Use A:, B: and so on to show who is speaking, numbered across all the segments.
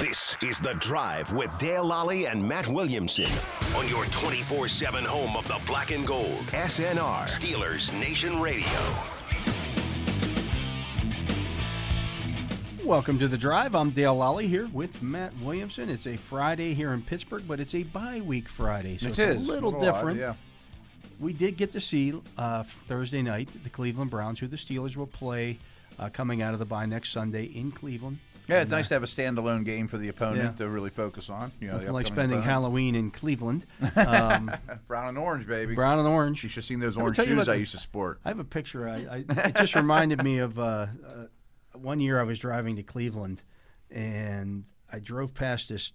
A: This is The Drive with Dale Lally and Matt Williamson on your 24 7 home of the black and gold. SNR, Steelers Nation Radio.
B: Welcome to the drive. I'm Dale Lally here with Matt Williamson. It's a Friday here in Pittsburgh, but it's a bye week Friday, so
C: It
B: it's
C: is
B: a little
C: odd,
B: different.
C: yeah.
B: We did get to see uh, Thursday night the Cleveland Browns, who the Steelers will play uh, coming out of the bye next Sunday in Cleveland.
C: Yeah, it's nice to have a standalone game for the opponent
B: uh, Yeah.
C: to really focus on. You know, the
B: Nothing like
C: upcoming
B: spending
C: opponent.
B: Halloween in Cleveland. Um,
C: brown and orange, baby.
B: brown and orange.
C: You should have seen those
B: Let me
C: orange
B: tell you
C: shoes
B: about
C: I
B: the-
C: used to sport.
B: I have a picture. I, I it just reminded me of uh, uh, one year I was driving to Cleveland, and I drove past this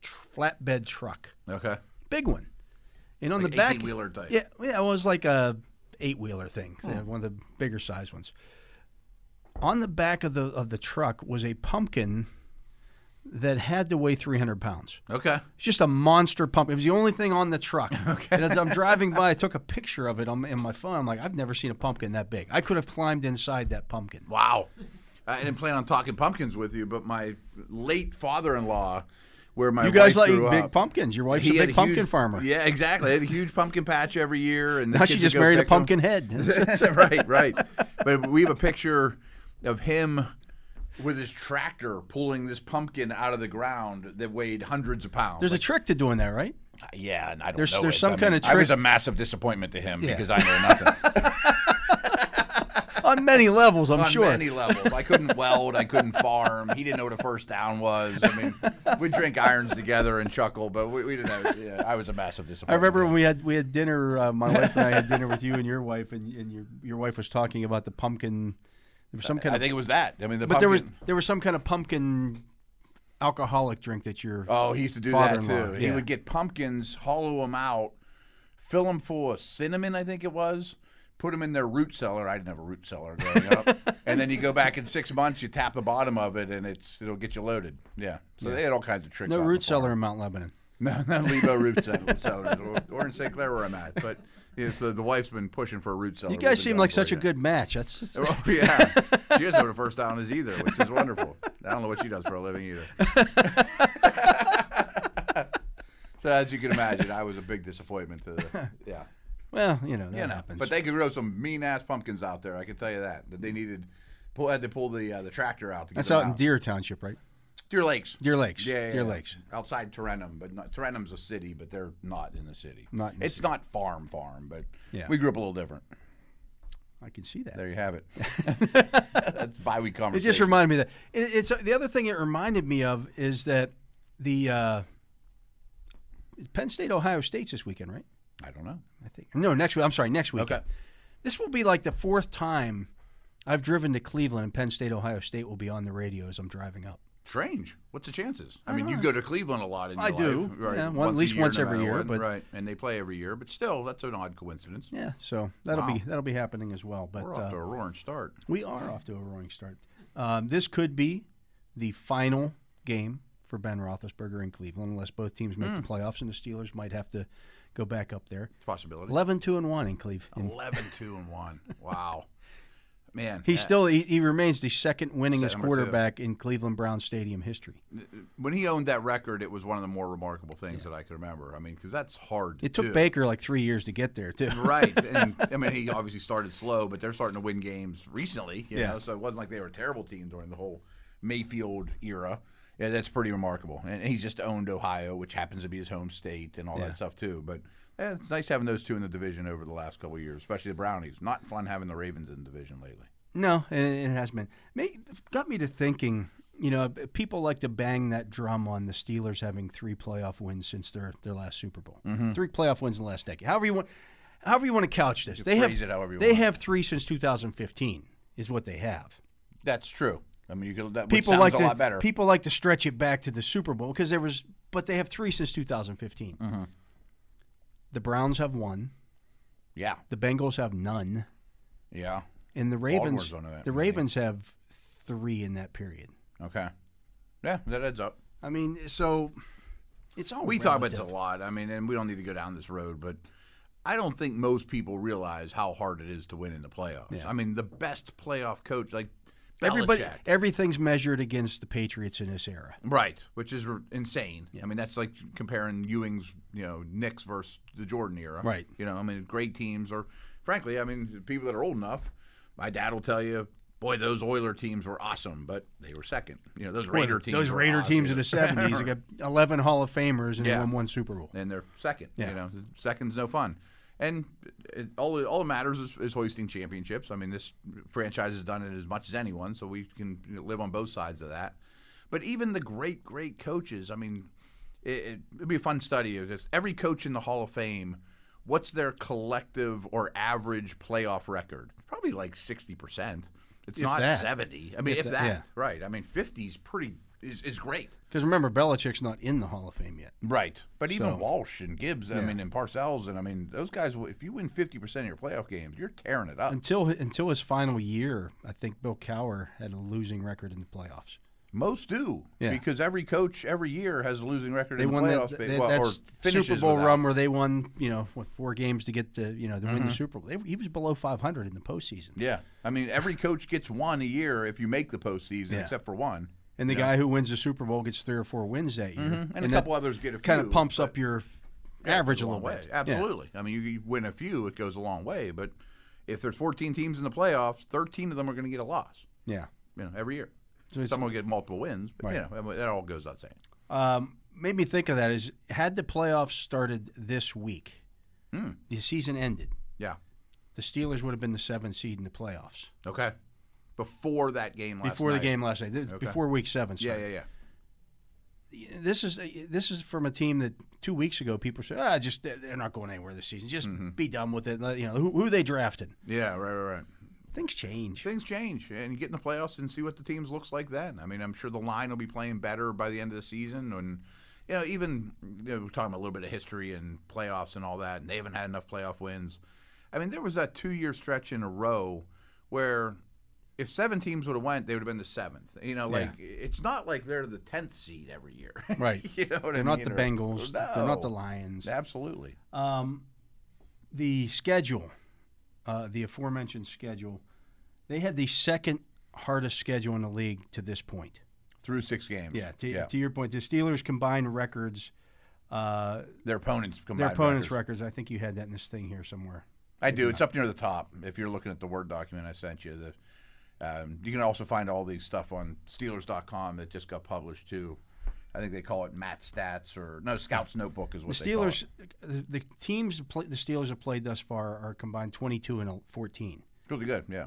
B: tr- flatbed truck,
C: Okay.
B: big one, and on
C: Like
B: the back
C: 18-wheeler type. Hmm.
B: Yeah, yeah, it was like a eight wheeler thing, uh, one of the bigger size ones. On the back of the of the truck was a pumpkin that had to weigh 300 pounds.
C: Okay.
B: It's just a monster pump. It was the only thing on the truck. And as I'm driving by, I took a picture of it on in my phone. I'm like, I've never seen a pumpkin that big. I could have climbed inside that pumpkin.
C: Wow. I didn't plan on talking pumpkins with you, but my late father-in-law, where my
B: you guys
C: wife
B: like
C: grew
B: big
C: up,
B: pumpkins. Your wife's
C: he
B: a
C: had
B: big pumpkin
C: huge-
B: farmer.
C: Yeah, exactly. They had a huge pumpkin patch every year, and the
B: now she
C: kids would
B: just
C: go
B: married a
C: pick 'em.
B: pumpkin head.
C: right, right. But we have a picture of him with his tractor pulling this pumpkin out of the ground that weighed hundreds of pounds.
B: There's a trick to doing that, right?
C: yeah, and I don't
B: there's-
C: know
B: there's
C: it.
B: some
C: I
B: kinda
C: I was
B: trick-
C: a massive disappointment to him because I know nothing.
B: On many levels, I'm
C: On
B: sure.
C: many levels, I couldn't weld, I couldn't farm. He didn't know what a first down was. I mean, we'd drink irons together and chuckle, but we, we didn't. Know, yeah, I was a massive
B: I
C: disappointment.
B: remember when we had we had dinner. Uh, my wife and I had dinner with you and your wife, and, and your your wife was talking about the pumpkin. There was some kind
C: I
B: of
C: think it was that. I mean, the
B: but there was
C: pumpkin-
B: there was some kind of pumpkin alcoholic drink that you're.
C: Oh, he used to do that too.
B: father-in-law,
C: He
B: yeah.
C: would get pumpkins, hollow them out, fill them full of cinnamon, I think it was, put them in their root cellar. I didn't have a root cellar growing up. And then you go back in six months, you tap the bottom of it, and it's it'll get you loaded. Yeah. So they had all kinds of tricks.
B: no
C: out
B: root
C: the farm.
B: cellar in Mount Lebanon.
C: No, no Lebo root cell- cellars, or, or in St. Clair where I'm at. But yeah, so the wife's been pushing for a root cellar.
B: You
C: We've
B: guys
C: been
B: seem
C: going
B: like
C: for
B: such
C: it,
B: a
C: yeah.
B: good match. That's just,
C: Oh yeah, she doesn't know what a first down is either, which is wonderful. I don't know what she does for a living either. so as you can imagine, I was a big disappointment to the yeah,
B: well, you know that
C: you know.
B: happens.
C: But they could grow some mean ass pumpkins out there. I can tell you that that they needed pull had to pull the uh, the tractor out to get
B: that's
C: them
B: out in Deer Township, right?
C: Deer Lakes.
B: Deer Lakes.
C: Yeah, yeah,
B: Deer
C: yeah.
B: Lakes.
C: Outside Terenum, but not, Terenum's a city, but they're not in the city.
B: Not in the
C: it's not farm farm, but
B: Yeah.
C: we grew up a little different.
B: I can see that.
C: There you have it. That's bi week
B: It
C: conversation.
B: just reminded me that it, it's the other thing it reminded me of is that the uh, Penn State Ohio State's this weekend, right?
C: I don't know.
B: I think no, next week. I'm sorry, next week.
C: Okay.
B: This will be like the fourth time I've driven to Cleveland, and Penn State Ohio State will be on the radio as I'm driving up.
C: Strange. What's the chances? I, mean, you go to Cleveland a lot in your
B: I do.
C: life, right?
B: Yeah, one- at
C: a
B: least once
C: no
B: every
C: matter
B: year,
C: what,
B: but-
C: right, and they play every year, but still, that's an odd coincidence.
B: Yeah, so that'll
C: Wow.
B: be that'll be happening as well. But
C: We're off
B: uh,
C: to a roaring start.
B: We are off to a roaring start. Um, this could be the final game for Ben Roethlisberger in Cleveland, unless both teams make
C: Hmm.
B: the playoffs, and the Steelers might have to go back up there.
C: It's a possibility.
B: 11-2 and one in Cleveland.
C: 11 2 and 1. Wow. Man.
B: He
C: uh,
B: still he, he remains the second winningest
C: Number two.
B: quarterback in Cleveland Brown Stadium history.
C: when he owned that record, it was one of the more remarkable things that I can remember. I mean, because that's hard. to
B: It took
C: do.
B: Baker like three years to get there too.
C: right. And I mean, he obviously started slow, but they're starting to win games recently. You
B: Yeah.
C: know, so it wasn't like they were a terrible team during the whole Mayfield era. Yeah, that's pretty remarkable. And he just owned Ohio, which happens to be his home state, and all
B: Yeah.
C: that stuff too. But eh, it's nice having those two in the division over the last couple of years, especially the Brownies. Not fun having the Ravens in the division lately.
B: No, it, it has been. May, got me to thinking. You know, people like to bang that drum on the Steelers having three playoff wins since their their last Super Bowl.
C: Mm-hmm.
B: Three playoff wins in the last decade. However you want, however you want to couch this, they have
C: phrase it however you
B: they
C: want.
B: have three since 2015 is what they have.
C: That's true. I mean, you could that which
B: People
C: sounds
B: like
C: a
B: to
C: lot better.
B: people like to stretch it back to the Super Bowl because there was, but they have three since 2015.
C: Mm-hmm.
B: The Browns have one.
C: yeah,
B: The Bengals have none,
C: yeah.
B: and the
C: Baltimore's
B: Ravens
C: one of that,
B: the
C: I think.
B: Ravens have three in that period.
C: Okay. Yeah, that adds up.
B: I mean, so it's all
C: We talk about this a
B: relative.
C: lot. I mean, and we don't need to go down this road, but I don't think most people realize how hard it is to win in the playoffs. I mean, the best playoff coach, like
B: Everybody,
C: Belichick.
B: everything's measured against the Patriots in this era.
C: Right, which is r- insane. I mean, that's like comparing Ewing's, you know, Knicks versus the Jordan era.
B: Right.
C: You know, I mean, great teams are, frankly, I mean, people that are old enough, my dad will tell you, boy, those Oiler teams were awesome, but they were second. You know, those Raider teams.
B: Those
C: were
B: Raider teams of
C: awesome.
B: the '70s, they got 11 Hall of Famers and they
C: Yeah.
B: won one Super Bowl.
C: and they're second.
B: Yeah.
C: You know, second's no fun. And it, all it, all it matters is, is hoisting championships. I mean, this franchise has done it as much as anyone, so we can you know, live on both sides of that. But even the great, great coaches, I mean, it, it, it'd be a fun study. of Just every coach in the Hall of Fame, what's their collective or average playoff record? Probably like sixty percent. It's
B: If
C: not
B: that.
C: seventy. I mean,
B: If that-
C: if, that,
B: yeah.
C: right? I mean, fifty's pretty is, is great.
B: Because remember, Belichick's not in the Hall of Fame yet.
C: Right. But even
B: So-
C: Walsh and Gibbs, I mean, and Parcells, and I mean, those guys, will- if you win 50% of your playoff games, you're tearing it up.
B: Until until his final year, I think Bill Cower had a losing record in the playoffs.
C: Most do.
B: Yeah.
C: Because every coach every year has a losing record
B: They
C: in the
B: won
C: playoffs.
B: that,
C: ba-
B: that-
C: well, or
B: that's Super
C: finishes
B: Bowl
C: without. Mm-hmm.
B: run where they won, you know, what four games to get to you know to win the Super Bowl. They, he was below 500 in the postseason.
C: Yeah. I mean, every coach gets one a year if you make the postseason,
B: Yeah.
C: except for one.
B: And the guy who wins the Super Bowl gets three or four wins that year,
C: Mm-hmm. And, a
B: that
C: couple others get a few.
B: kind of pumps
C: but
B: up your
C: it goes
B: average a
C: long
B: little
C: way.
B: bit. Yeah.
C: Absolutely. I mean, you, you win a few, it goes a long way. But if there's 14 teams in the playoffs, 13 of them are going to get a loss,
B: Yeah.
C: you know, every year.
B: So it's,
C: Some will get multiple wins, but, you know, I mean, that all goes without saying.
B: um, made me think of that is had the playoffs started this week, the season ended.
C: Hmm. Yeah.
B: The Steelers would have been the seventh seed in the playoffs
C: Okay. Before that game last
B: before the
C: night.
B: game last night. This-
C: Okay.
B: Before week seven.
C: Yeah,
B: started.
C: yeah, yeah.
B: This is this is from a team that two weeks ago people said, ah, just they're they're not going anywhere this season. Just
C: Mm-hmm.
B: be done with it. Let- You know who, who they drafted.
C: Yeah, right, right, right.
B: Things change.
C: Things change, and you get in the playoffs and see what the teams looks like then. I mean, I'm sure the line will be playing better by the end of the season, and you know, even you know, we're talking a little bit of history and playoffs and all that, and they haven't had enough playoff wins. I mean, there was that two year stretch in a row where if seven teams would have went, they would have been the seventh. You know, like it's not like they're the tenth seed every year,
B: Right.
C: you know what
B: They're
C: I mean?
B: not the
C: Or-
B: Bengals. They're not the
C: No.
B: Lions.
C: Absolutely.
B: Um, the schedule, uh, the aforementioned schedule, they had the second hardest schedule in the league to this point.
C: Through six games.
B: Yeah, to, to your point, the Steelers combined records, uh,
C: Their opponents combined.
B: their opponents'
C: records.
B: records. I think you had that in this thing here somewhere.
C: I do. It's up near the top. If you're looking at the Word document I sent you, the, um, you can also find all these stuff on Steelers.com that just got published too. I think they call it Matt Stats or no Scouts Notebook is
B: The
C: what they call it.
B: Steelers, the, the teams that play, the Steelers have played thus far are combined 22 and 14.
C: Really good. Yeah.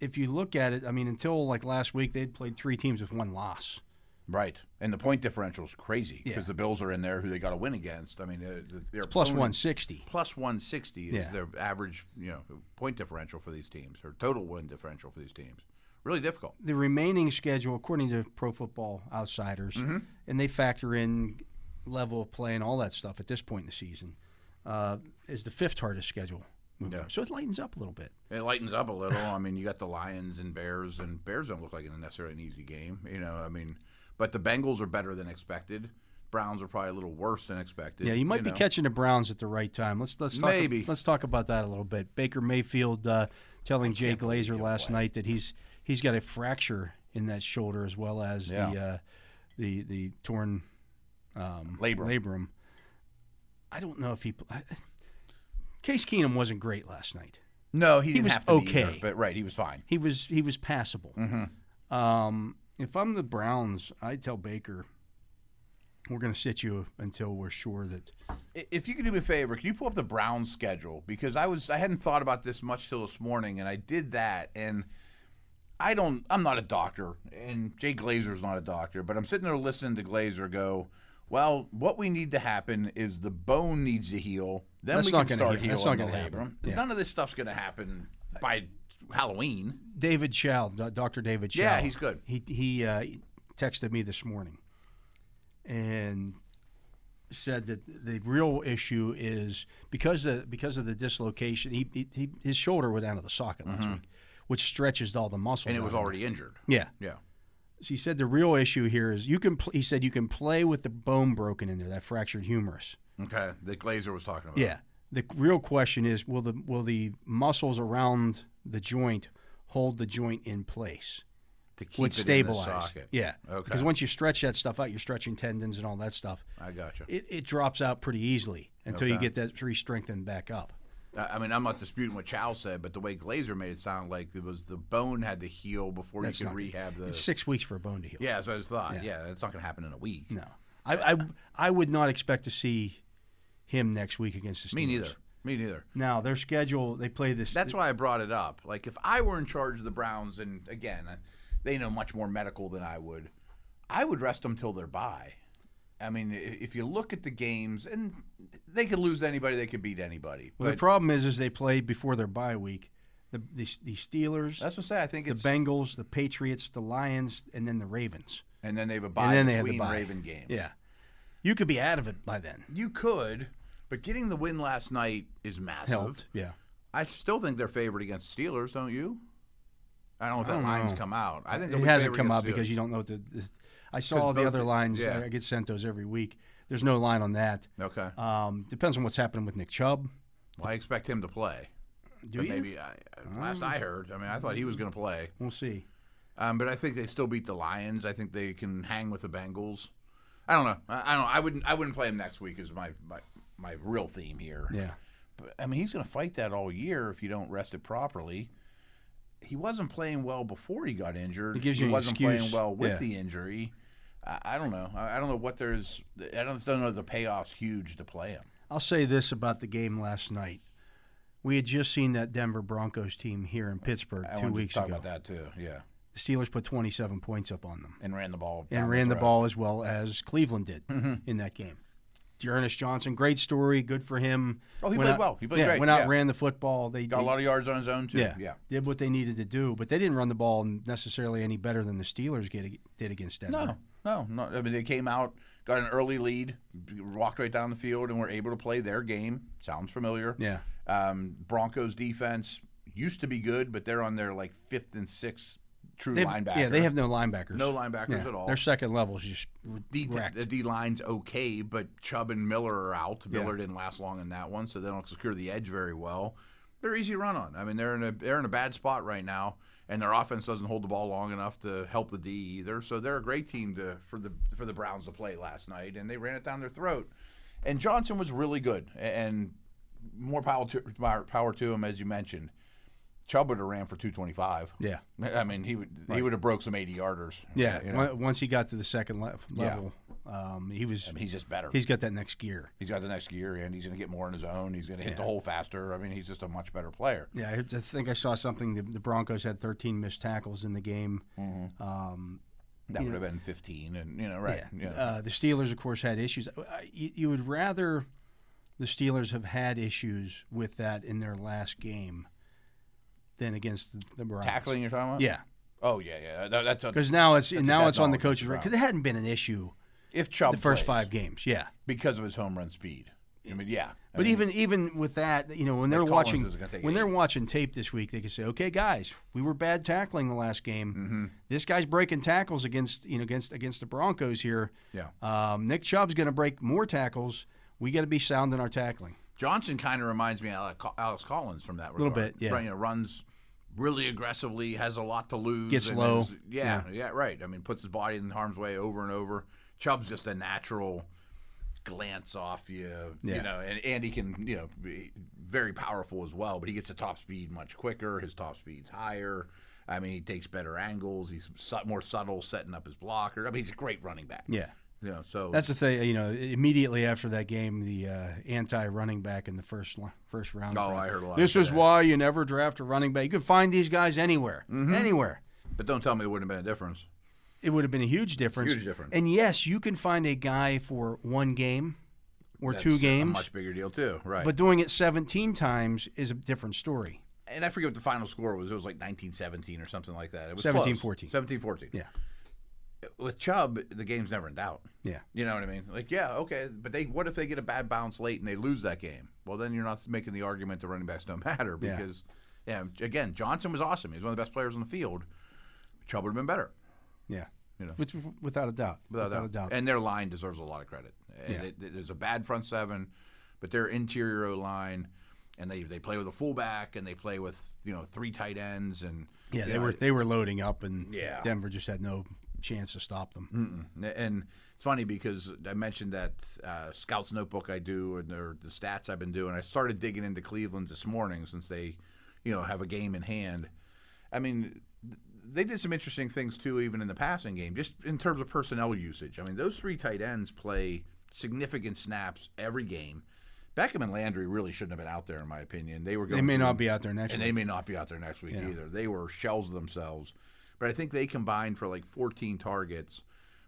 B: If you look at it, I mean, until like last week, they'd played three teams with one loss.
C: Right. And the point differential is crazy because
B: Yeah.
C: the Bills are in there who they got to win against. I mean, uh, th- their
B: Plus
C: opponent-
B: 160.
C: plus 160 is
B: Yeah.
C: their average, you know, point differential for these teams or total win differential for these teams. Really difficult.
B: the remaining schedule, according to Pro Football Outsiders, and they factor in level of play and all that stuff at this point in the season, uh, is the fifth hardest schedule. moving
C: Yeah.
B: forward. So it lightens up a little bit.
C: It lightens up a little. I mean, you got the Lions and Bears, and Bears don't look like an necessarily an easy game. You know, I mean, but the Bengals are better than expected. Browns are probably a little worse than expected.
B: Yeah, you might be
C: know.
B: catching the Browns at the right time. Let's let's talk,
C: Maybe.
B: let's talk about that a little bit. Baker Mayfield uh, telling Jay Glazer last night that he's he's got a fracture in that shoulder as well as the
C: Yeah.
B: uh, the the torn um,
C: Labrum.
B: I don't know if he. I, Case Keenum wasn't great last night.
C: No, he, didn't
B: was
C: have to be either,
B: okay.
C: but right, he was fine.
B: He was he was passable.
C: Mm-hmm.
B: Um, if I'm the Browns, I tell Baker, we're going to sit you until we're sure that
C: I- If you could do me a favor, can you pull up the Browns schedule because I was I hadn't thought about this much till this morning, and I did that, and I don't I'm not a doctor, and Jay Glazer's not a doctor, but I'm sitting there listening to Glazer go. Well, what we need to happen is the bone needs to heal. Then
B: That's
C: we
B: not
C: can
B: gonna
C: start
B: heal. That's
C: healing
B: not
C: the
B: gonna happen.
C: labrum.
B: Yeah.
C: None of this stuff's going to happen by Halloween.
B: David Chow, Do- Dr. David Chow.
C: Yeah, he's good.
B: He he uh, texted me this morning and said that the real issue is because of, because of the dislocation, he, he, he his shoulder went out of the socket last week, which stretches all the muscles.
C: Mm-hmm. And it was
B: out.
C: already injured.
B: yeah.
C: Yeah.
B: So he said the real issue here is you can. Pl- he said you can play with the bone broken in there, that fractured humerus.
C: Okay. That Glazer was talking about.
B: Yeah. The real question is will the will the muscles around the joint hold the joint in place?
C: to keep
B: would
C: it in
B: stabilize.
C: the socket.
B: Yeah.
C: Okay.
B: Because once you stretch that stuff out, you're stretching tendons and all that stuff.
C: I got you.
B: It, it drops out pretty easily until you
C: Okay.
B: get that re-strengthened back up.
C: I I mean, I'm not disputing what Chow said, but the way Glazer made it sound like it was the bone had to heal before
B: That's
C: you
B: not
C: could rehab the.
B: It's six weeks for a bone to heal.
C: yeah, that's what I was thought. Yeah, it's not going to happen in a week.
B: No, I, I I would not expect to see him next week against the Steelers.
C: Me neither. Me neither.
B: Now their schedule, they play this.
C: That's why I brought it up. Like, if I were in charge of the Browns, and again, uh, they know much more medical than I would, I would rest them till they're bye. I mean, i- if you look at the games, and they could lose to anybody, they could beat anybody.
B: well, the
C: But
B: problem is, is they play before their bye week. The the, the Steelers,
C: that's what I say. I think
B: the
C: it's
B: Bengals, the Patriots, the Lions, and then the Ravens.
C: and then they have a
B: And
C: bye
B: then they have the
C: between
B: bye.
C: Raven games.
B: Yeah, you could be out of it by then.
C: You could, but getting the win last night is massive.
B: Helped. Yeah.
C: I still think they're favored against the Steelers, don't you? I don't know if that
B: don't
C: line's
B: know.
C: come out. I think
B: it hasn't come up because you don't know what the. the- I saw all the
C: both
B: other
C: the-
B: lines.
C: yeah.
B: I, I get sent those every week. There's no line on that.
C: okay.
B: Um, depends on what's happening with Nick Chubb.
C: Well, I expect him to play.
B: Do
C: but
B: you? Mm.
C: Maybe I, I- last I heard. I mean, I thought he was going to play,
B: We'll see.
C: um, but I think they still beat the Lions. I think they can hang with the Bengals. I don't know. I, I don't. I wouldn't. I wouldn't play him next week. Is my my, my real theme here.
B: Yeah.
C: But, I mean, he's going to fight that all year if you don't rest it properly. He wasn't playing well before he got injured.
B: It gives you
C: he
B: an
C: wasn't
B: excuse.
C: playing well with
B: Yeah.
C: the injury. I, I don't know. I, I don't know what there's. I don't, just don't know if the payoff's huge to play him.
B: I'll say this about the game last night. We had just seen that Denver Broncos team here in Pittsburgh
C: I
B: two
C: wanted
B: weeks
C: to talk
B: ago.
C: about that too. Yeah,
B: The Steelers put 27 points up on them
C: and ran the ball
B: and
C: down
B: ran the
C: throat.
B: ball as well as Cleveland did
C: Mm-hmm.
B: in that game. Dearness Johnson, great story. Good for him.
C: Oh, he
B: Went
C: played
B: out-
C: well. He played
B: yeah,
C: great,
B: Went out,
C: yeah.
B: ran the football. They
C: Got a
B: they-
C: lot of yards on his own too.
B: yeah,
C: yeah.
B: did what they needed to do, but they didn't run the ball necessarily any better than the Steelers get, did against Denver.
C: No, no, no. I mean, they came out, got an early lead, walked right down the field, and were able to play their game. Sounds familiar.
B: Yeah.
C: Um, Broncos defense used to be good, but they're on their like fifth and sixth true
B: They-
C: linebacker.
B: Yeah, they have no linebackers.
C: No linebackers
B: Yeah,
C: at all.
B: Their second level is just r-
C: D,
B: wrecked.
C: the D line's okay, but Chubb and Miller are out. Miller didn't last long in that one, so they don't secure the edge very well. They're easy to run on. I mean, they're in a they're in a bad spot right now, and their offense doesn't hold the ball long enough to help the D either. So they're a great team to for the for the Browns to play last night, and they ran it down their throat. And Johnson was really good, a- and more power to power- power to him as you mentioned. Chubb would have ran for two twenty five.
B: yeah.
C: I mean, he would he would have broke some eighty yarders.
B: Yeah,
C: you know?
B: on- once he got to the second le- level, um, he was
C: I mean, he's just better.
B: he's got that next gear.
C: He's got the next gear, and he's going to get more in his own. He's going to hit the
B: Yeah.
C: hole faster. I mean, he's just a much better player.
B: Yeah, I I think I saw something. The, the Broncos had 13 missed tackles in the game. Um,
C: That would have been 15, and you know, right? Yeah.
B: Uh, the Steelers, of course, had issues. Uh, I- You, you would rather the Steelers have had issues with that in their last game than against the, the Browns.
C: Tackling, you're talking about?
B: Yeah,
C: Oh yeah, yeah. That- that's a,
B: because now it's
C: That's-
B: now
C: that's
B: it's on
C: all
B: the
C: against
B: coaches
C: the
B: because it hadn't been an issue
C: if Chubb
B: the first
C: plays,
B: five games. Yeah,
C: because of his home run speed. I mean, yeah. I
B: But
C: mean,
B: even even with that, you know, when they're
C: Collins
B: watching
C: is gonna take
B: when
C: it
B: they're watching tape this week, they can say, "Okay, guys, we were bad tackling the last game.
C: Mm-hmm.
B: This guy's breaking tackles against you know against against the Broncos here.
C: yeah,
B: Um, Nick Chubb's going to break more tackles. We got to be sound in our tackling.
C: Johnson kind of reminds me of Alec- Alex Collins from that. A
B: Little bit, yeah.
C: You know, runs really aggressively, has a lot to lose.
B: Gets
C: and
B: low.
C: is- Yeah, yeah, right. I mean, puts his body in harm's way over and over. Chubb's just a natural glance off you,
B: Yeah.
C: you know, and, and he can, you know, be very powerful as well, but he gets to top speed much quicker. His top speed's higher. I mean, he takes better angles. He's su- more subtle setting up his blocker. I mean, he's a great running back.
B: Yeah,
C: You know, so
B: that's the thing. You know, immediately after that game, the uh, anti-running back in the first li- first round.
C: Oh, I heard a lot
B: This
C: of
B: is
C: that.
B: why you never draft a running back. You can find these guys anywhere,
C: Mm-hmm.
B: anywhere.
C: but don't tell me it wouldn't have been a difference.
B: it would have been a huge difference.
C: Huge difference.
B: And yes, you can find a guy for one game or
C: That's
B: two
C: a
B: games,
C: much bigger deal too, right?
B: but doing it 17 times is a different story.
C: and I forget what the final score was. It was like 1917 or something like that. It was
B: 17-14.
C: 17-14.
B: Yeah.
C: With Chubb, the game's never in doubt.
B: Yeah.
C: You know what I mean? Like, yeah, okay, but they what if they get a bad bounce late and they lose that game? Well, then you're not making the argument that running backs don't matter
B: Yeah.
C: because, yeah, again, Johnson was awesome. He was one of the best players on the field. Chubb would have been better.
B: Yeah.
C: You know.
B: With, without a doubt.
C: Without,
B: a doubt.
C: And their line deserves a lot of credit. And
B: Yeah.
C: it, it is a bad front seven, but their interior O line and they they play with a fullback and they play with you know three tight ends and
B: Yeah,
C: you
B: they
C: know,
B: were they were loading up, and
C: Yeah. Mm-hmm.
B: Denver just had no chance to stop them.
C: Mm-mm. And it's funny because I mentioned that uh, scouts notebook I do and or the stats I've been doing. I started digging into Cleveland this morning since they, you know, have a game in hand. I mean, th- they did some interesting things too, even in the passing game, just in terms of personnel usage. I mean, those three tight ends play significant snaps every game. Beckham and Landry really shouldn't have been out there, in my opinion. They were going
B: They may
C: through-
B: not be out there next
C: and
B: week.
C: they may not be out there next week either. They were shells of themselves, but I think they combined for like 14 targets.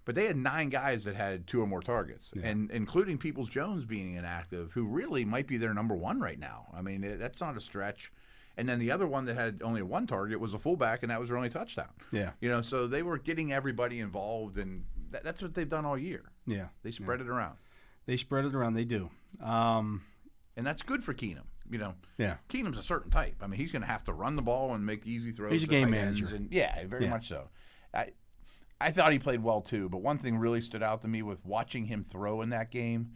C: But they had nine guys that had two or more targets, and including Peoples Jones being inactive, who really might be their number one right now. I mean, eh, that's not a stretch. And then the other one that had only one target was a fullback, and that was their only touchdown.
B: Yeah.
C: you know, so they were getting everybody involved, and that, that's what they've done all year.
B: Yeah,
C: They spread it around,
B: they spread it around. They do. Um,
C: and that's good for Keenum. You know,
B: yeah,
C: Keenum's a certain type. I mean, he's going to have to run the ball and make easy throws.
B: He's a
C: to
B: game
C: tight ends
B: manager.
C: and- yeah, very
B: Yeah.
C: much so. I, I thought he played well too, but one thing really stood out to me with watching him throw in that game.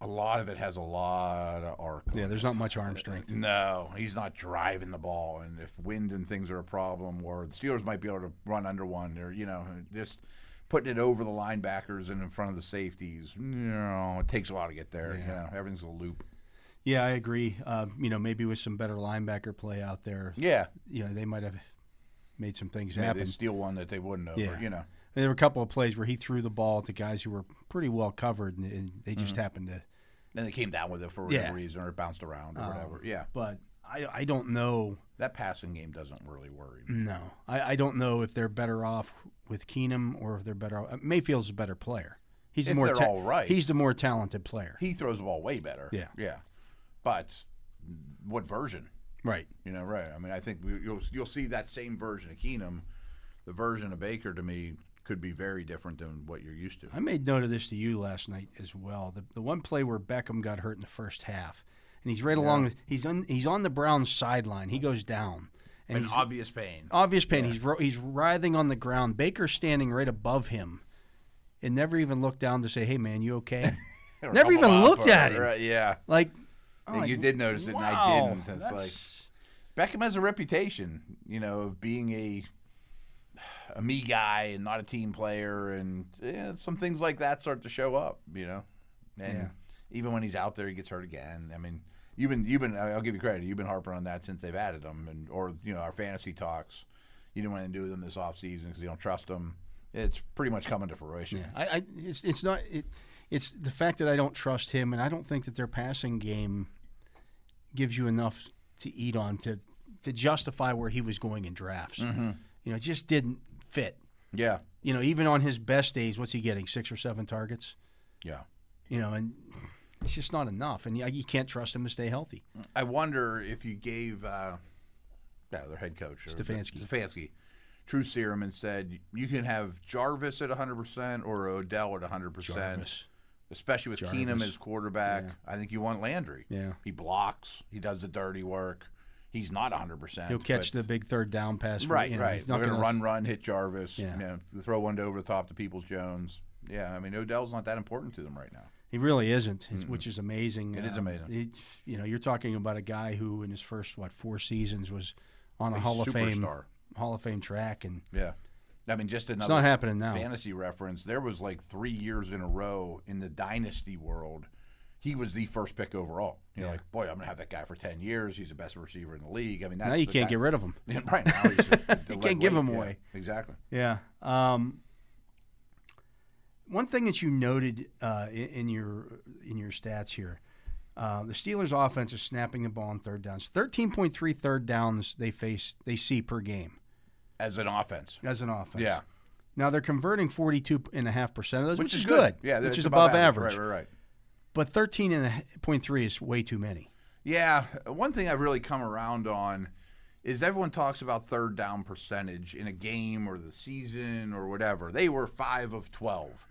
C: A lot of it has a lot of arc. on
B: yeah.
C: it.
B: There's not much arm strength.
C: No, he's not driving the ball, and if wind and things are a problem, or the Steelers might be able to run under one, or you know, just putting it over the linebackers and in front of the safeties. No, it takes a while to get there. You know, everything's a loop.
B: Yeah, I agree. Uh, you know, maybe with some better linebacker play out there,
C: Yeah,
B: you know, they might have made some things
C: Maybe
B: happen.
C: they steal one that they wouldn't have.
B: Yeah.
C: Or, you know,
B: And there were a couple of plays where he threw the ball to guys who were pretty well covered, and, and they
C: Mm-hmm.
B: just happened to.
C: then they came down with it for whatever
B: Yeah. Oh.
C: reason, or it bounced around, or whatever. Yeah,
B: But I, I don't know.
C: that passing game doesn't really worry me.
B: No, I, I don't know if they're better off with Keenum or if they're better off. uh, Mayfield's a better player. He's the
C: If
B: more
C: they're
B: ta-
C: all right.
B: He's the more talented player.
C: He throws the ball way better.
B: Yeah.
C: yeah, but what version?
B: right.
C: You know, right? I mean, I think we- you'll you'll see that same version of Keenum. The version of Baker to me could be very different than what you're used to.
B: I made note of this to you last night as well. The, the one play where Beckham got hurt in the first half, and he's right along. He's on. He's on the Browns sideline. He goes down, and
C: An
B: he's Oh,
C: obvious pain.
B: obvious pain. He's ro- he's writhing on the ground. Baker's standing right above him, and never even looked down to say, "Hey, man, you okay?"
C: Or
B: never
C: come
B: even
C: up,
B: looked
C: or-
B: at him.
C: Right, yeah,
B: like,
C: Yeah,
B: like,
C: you did notice it, and I
B: wow,
C: didn't. It's like-
B: that's-
C: Beckham has a reputation, you know, of being a a me guy and not a team player, and yeah, some things like that start to show up, you know. And
B: Yeah.
C: even when he's out there, he gets hurt again. I mean, you've been you've been I'll give you credit. You've been harping on that since they've added him, and or you know our fantasy talks. You didn't want to do them this off season because you don't trust them. It's pretty much coming to fruition.
B: I, I it's, it's not it, it's the fact that I don't trust him, and I don't think that their passing game gives you enough to eat on to to justify where he was going in drafts.
C: Mm-hmm.
B: You know, it just didn't fit.
C: Yeah,
B: You know, even on his best days, what's he getting? Six or seven targets.
C: yeah.
B: You know, and it's just not enough, and you, you can't trust him to stay healthy.
C: I wonder if you gave uh, yeah, their head coach or-
B: Stefanski.
C: Stefanski true serum and said you can have Jarvis at 100% or Odell at 100%,
B: Jarvis.
C: especially with Keenum as quarterback. I think you want Landry.
B: Yeah.
C: He blocks, he does the dirty work. He's not 100%.
B: He'll catch
C: but-
B: the big third down pass.
C: Right,
B: you know,
C: right.
B: he's not
C: We're going
B: gonna-
C: to run, run, hit Jarvis,
B: Yeah.
C: you know, throw one to over the top to Peoples Jones. Yeah, I mean, Odell's not that important to them right now.
B: He really isn't, it's- which is amazing.
C: It
B: It
C: is
B: is
C: amazing.
B: you know, you're talking about a guy who, in his first what four seasons, was on a,
C: A
B: Hall of Fame
C: superstar.
B: Hall of Fame track, and
C: Yeah. I mean, just another.
B: it's not happening now.
C: fantasy reference, there was like three years in a row in the dynasty world. He was the first pick overall. You're like, boy, I'm gonna have that guy for ten years. He's the best receiver in the league. I mean, that's
B: now you
C: the
B: can't
C: guy-
B: get rid of him.
C: Yeah, right now. He's you
B: can't give him away.
C: exactly.
B: Yeah. Um, one thing that you noted uh, in, in your in your stats here, uh, the Steelers' offense is snapping the ball on third downs. Thirteen point three third downs they face they see per game
C: As an offense,
B: as an offense.
C: yeah,
B: Now they're converting forty two and a half percent of those, which, is
C: Yeah,
B: which
C: it's
B: is above, average.
C: Right, right, right.
B: But thirteen and point three is way too many.
C: Yeah, one thing I've really come around on is everyone talks about third down percentage in a game or the season or whatever. They were five of twelve,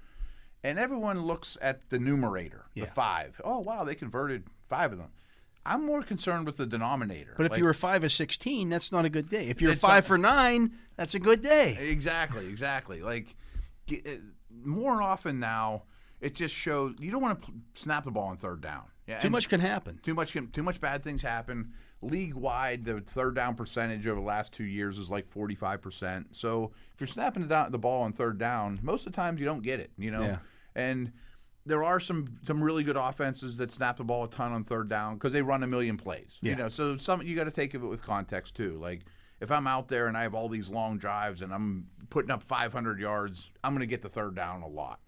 C: and everyone looks at the numerator, the five. Oh wow, they converted five of them. I'm more concerned with the denominator.
B: But if
C: Like-
B: you were five of sixteen, that's not a good day. If you're
C: It's
B: five
C: not-
B: for nine, that's a good day.
C: Exactly, exactly. Like g- uh, more often now, it just shows you don't want to p- snap the ball on third down. Yeah,
B: Too
C: and-
B: much can happen.
C: Too much can, too much bad things happen. League wide, the third down percentage over the last two years is like forty five percent. So if you're snapping the, down, the ball on third down, most of the times you don't get it. You know,
B: Yeah.
C: and there are some some really good offenses that snap the ball a ton on third down because they run a million plays.
B: Yeah.
C: You know, so some you got to take of it with context too. Like if I'm out there and I have all these long drives and I'm putting up 500 yards, I'm going to get the third down a lot.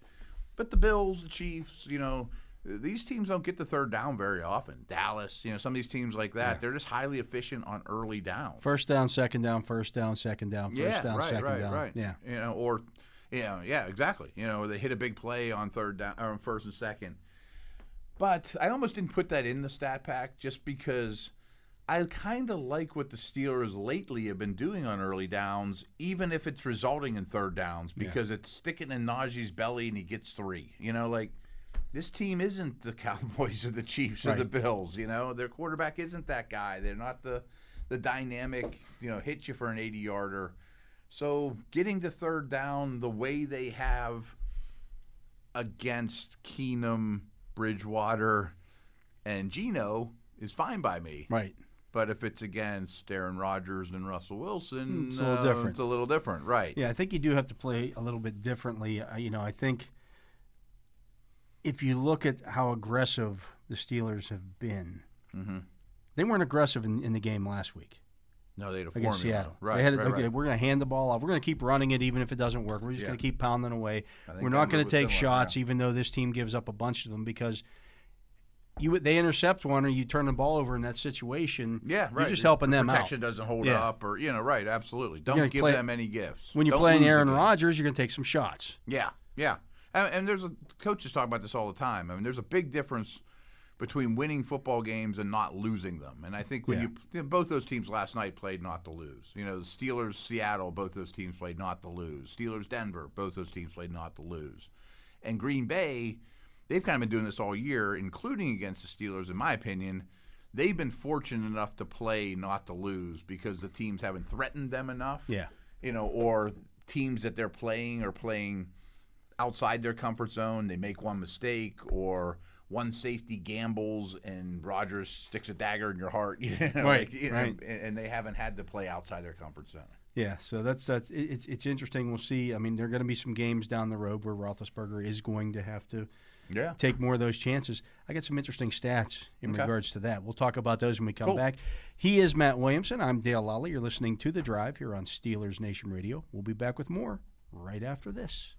C: But the Bills, the Chiefs, you know, these teams don't get the third down very often. Dallas, you know, some of these teams like that, they're just highly efficient on early down.
B: First down, second down, first down, second down, first
C: yeah,
B: down,
C: right,
B: second
C: right,
B: down.
C: right.
B: Yeah.
C: you know, or yeah, yeah, exactly. You know, or they hit a big play on third down or on first and second. But I almost didn't put that in the stat pack just because I kind of like what the Steelers lately have been doing on early downs, even if it's resulting in third downs, because it's sticking in Najee's belly and he gets three. You know, like this team isn't the Cowboys or the Chiefs or the Bills. You know, their quarterback isn't that guy. They're not the the dynamic. You know, hit you for an eighty yarder. So getting to third down the way they have against Keenum, Bridgewater, and Gino is fine by me.
B: Right.
C: But if it's against Aaron Rodgers and Russell Wilson,
B: Hmm, It's a little
C: uh,
B: different.
C: It's a little different, right?
B: Yeah, I think you do have to play a little bit differently. I, you know, I think if you look at how aggressive the Steelers have been,
C: Mm-hmm.
B: they weren't aggressive in, in the game last week
C: No, they had a formula,
B: against Seattle.
C: right?
B: They had,
C: right,
B: okay,
C: right.
B: we're going to hand the ball off. We're going to keep running it even if it doesn't work. We're just
C: Yeah.
B: going to keep pounding away.
C: I think
B: We're not
C: Denver
B: going to
C: was
B: take
C: similar,
B: shots, even though this team gives up a bunch of them because. You, they intercept one, or you turn the ball over in that situation.
C: Yeah, right.
B: You're just
C: The
B: helping them out.
C: protection doesn't hold
B: Yeah.
C: up, or you know, right? Absolutely.
B: gonna
C: Don't give
B: play-
C: them any gifts.
B: When you're
C: Don't
B: playing
C: lose the
B: Aaron
C: game.
B: Rodgers, you're going to take some shots.
C: Yeah, yeah. And, and there's a coaches talk about this all the time. I mean, there's a big difference between winning football games and not losing them. And I think when
B: Yeah.
C: you you know, both those teams last night played not to lose. You know, the Steelers Seattle, both those teams played not to lose. Steelers Denver, both those teams played not to lose. And Green Bay, they've kind of been doing this all year, including against the Steelers in my opinion. They've been fortunate enough to play not to lose because the teams haven't threatened them enough
B: Yeah.
C: you know, or teams that they're playing are playing outside their comfort zone. They make one mistake or one safety gambles and Rogers sticks a dagger in your heart. You know,
B: Right,
C: you
B: right.
C: and, and they haven't had to play outside their comfort zone.
B: Yeah, so that's that's it, it's it's interesting. We'll see. I mean, there are going to be some games down the road where Roethlisberger is going to have to
C: Yeah.
B: take more of those chances. I got some interesting stats in
C: Okay.
B: regards to that. We'll talk about those when we come
C: Cool.
B: back. He is Matt Williamson. I'm Dale Lally. You're listening to the Drive here on Steelers Nation Radio. We'll be back with more right after this.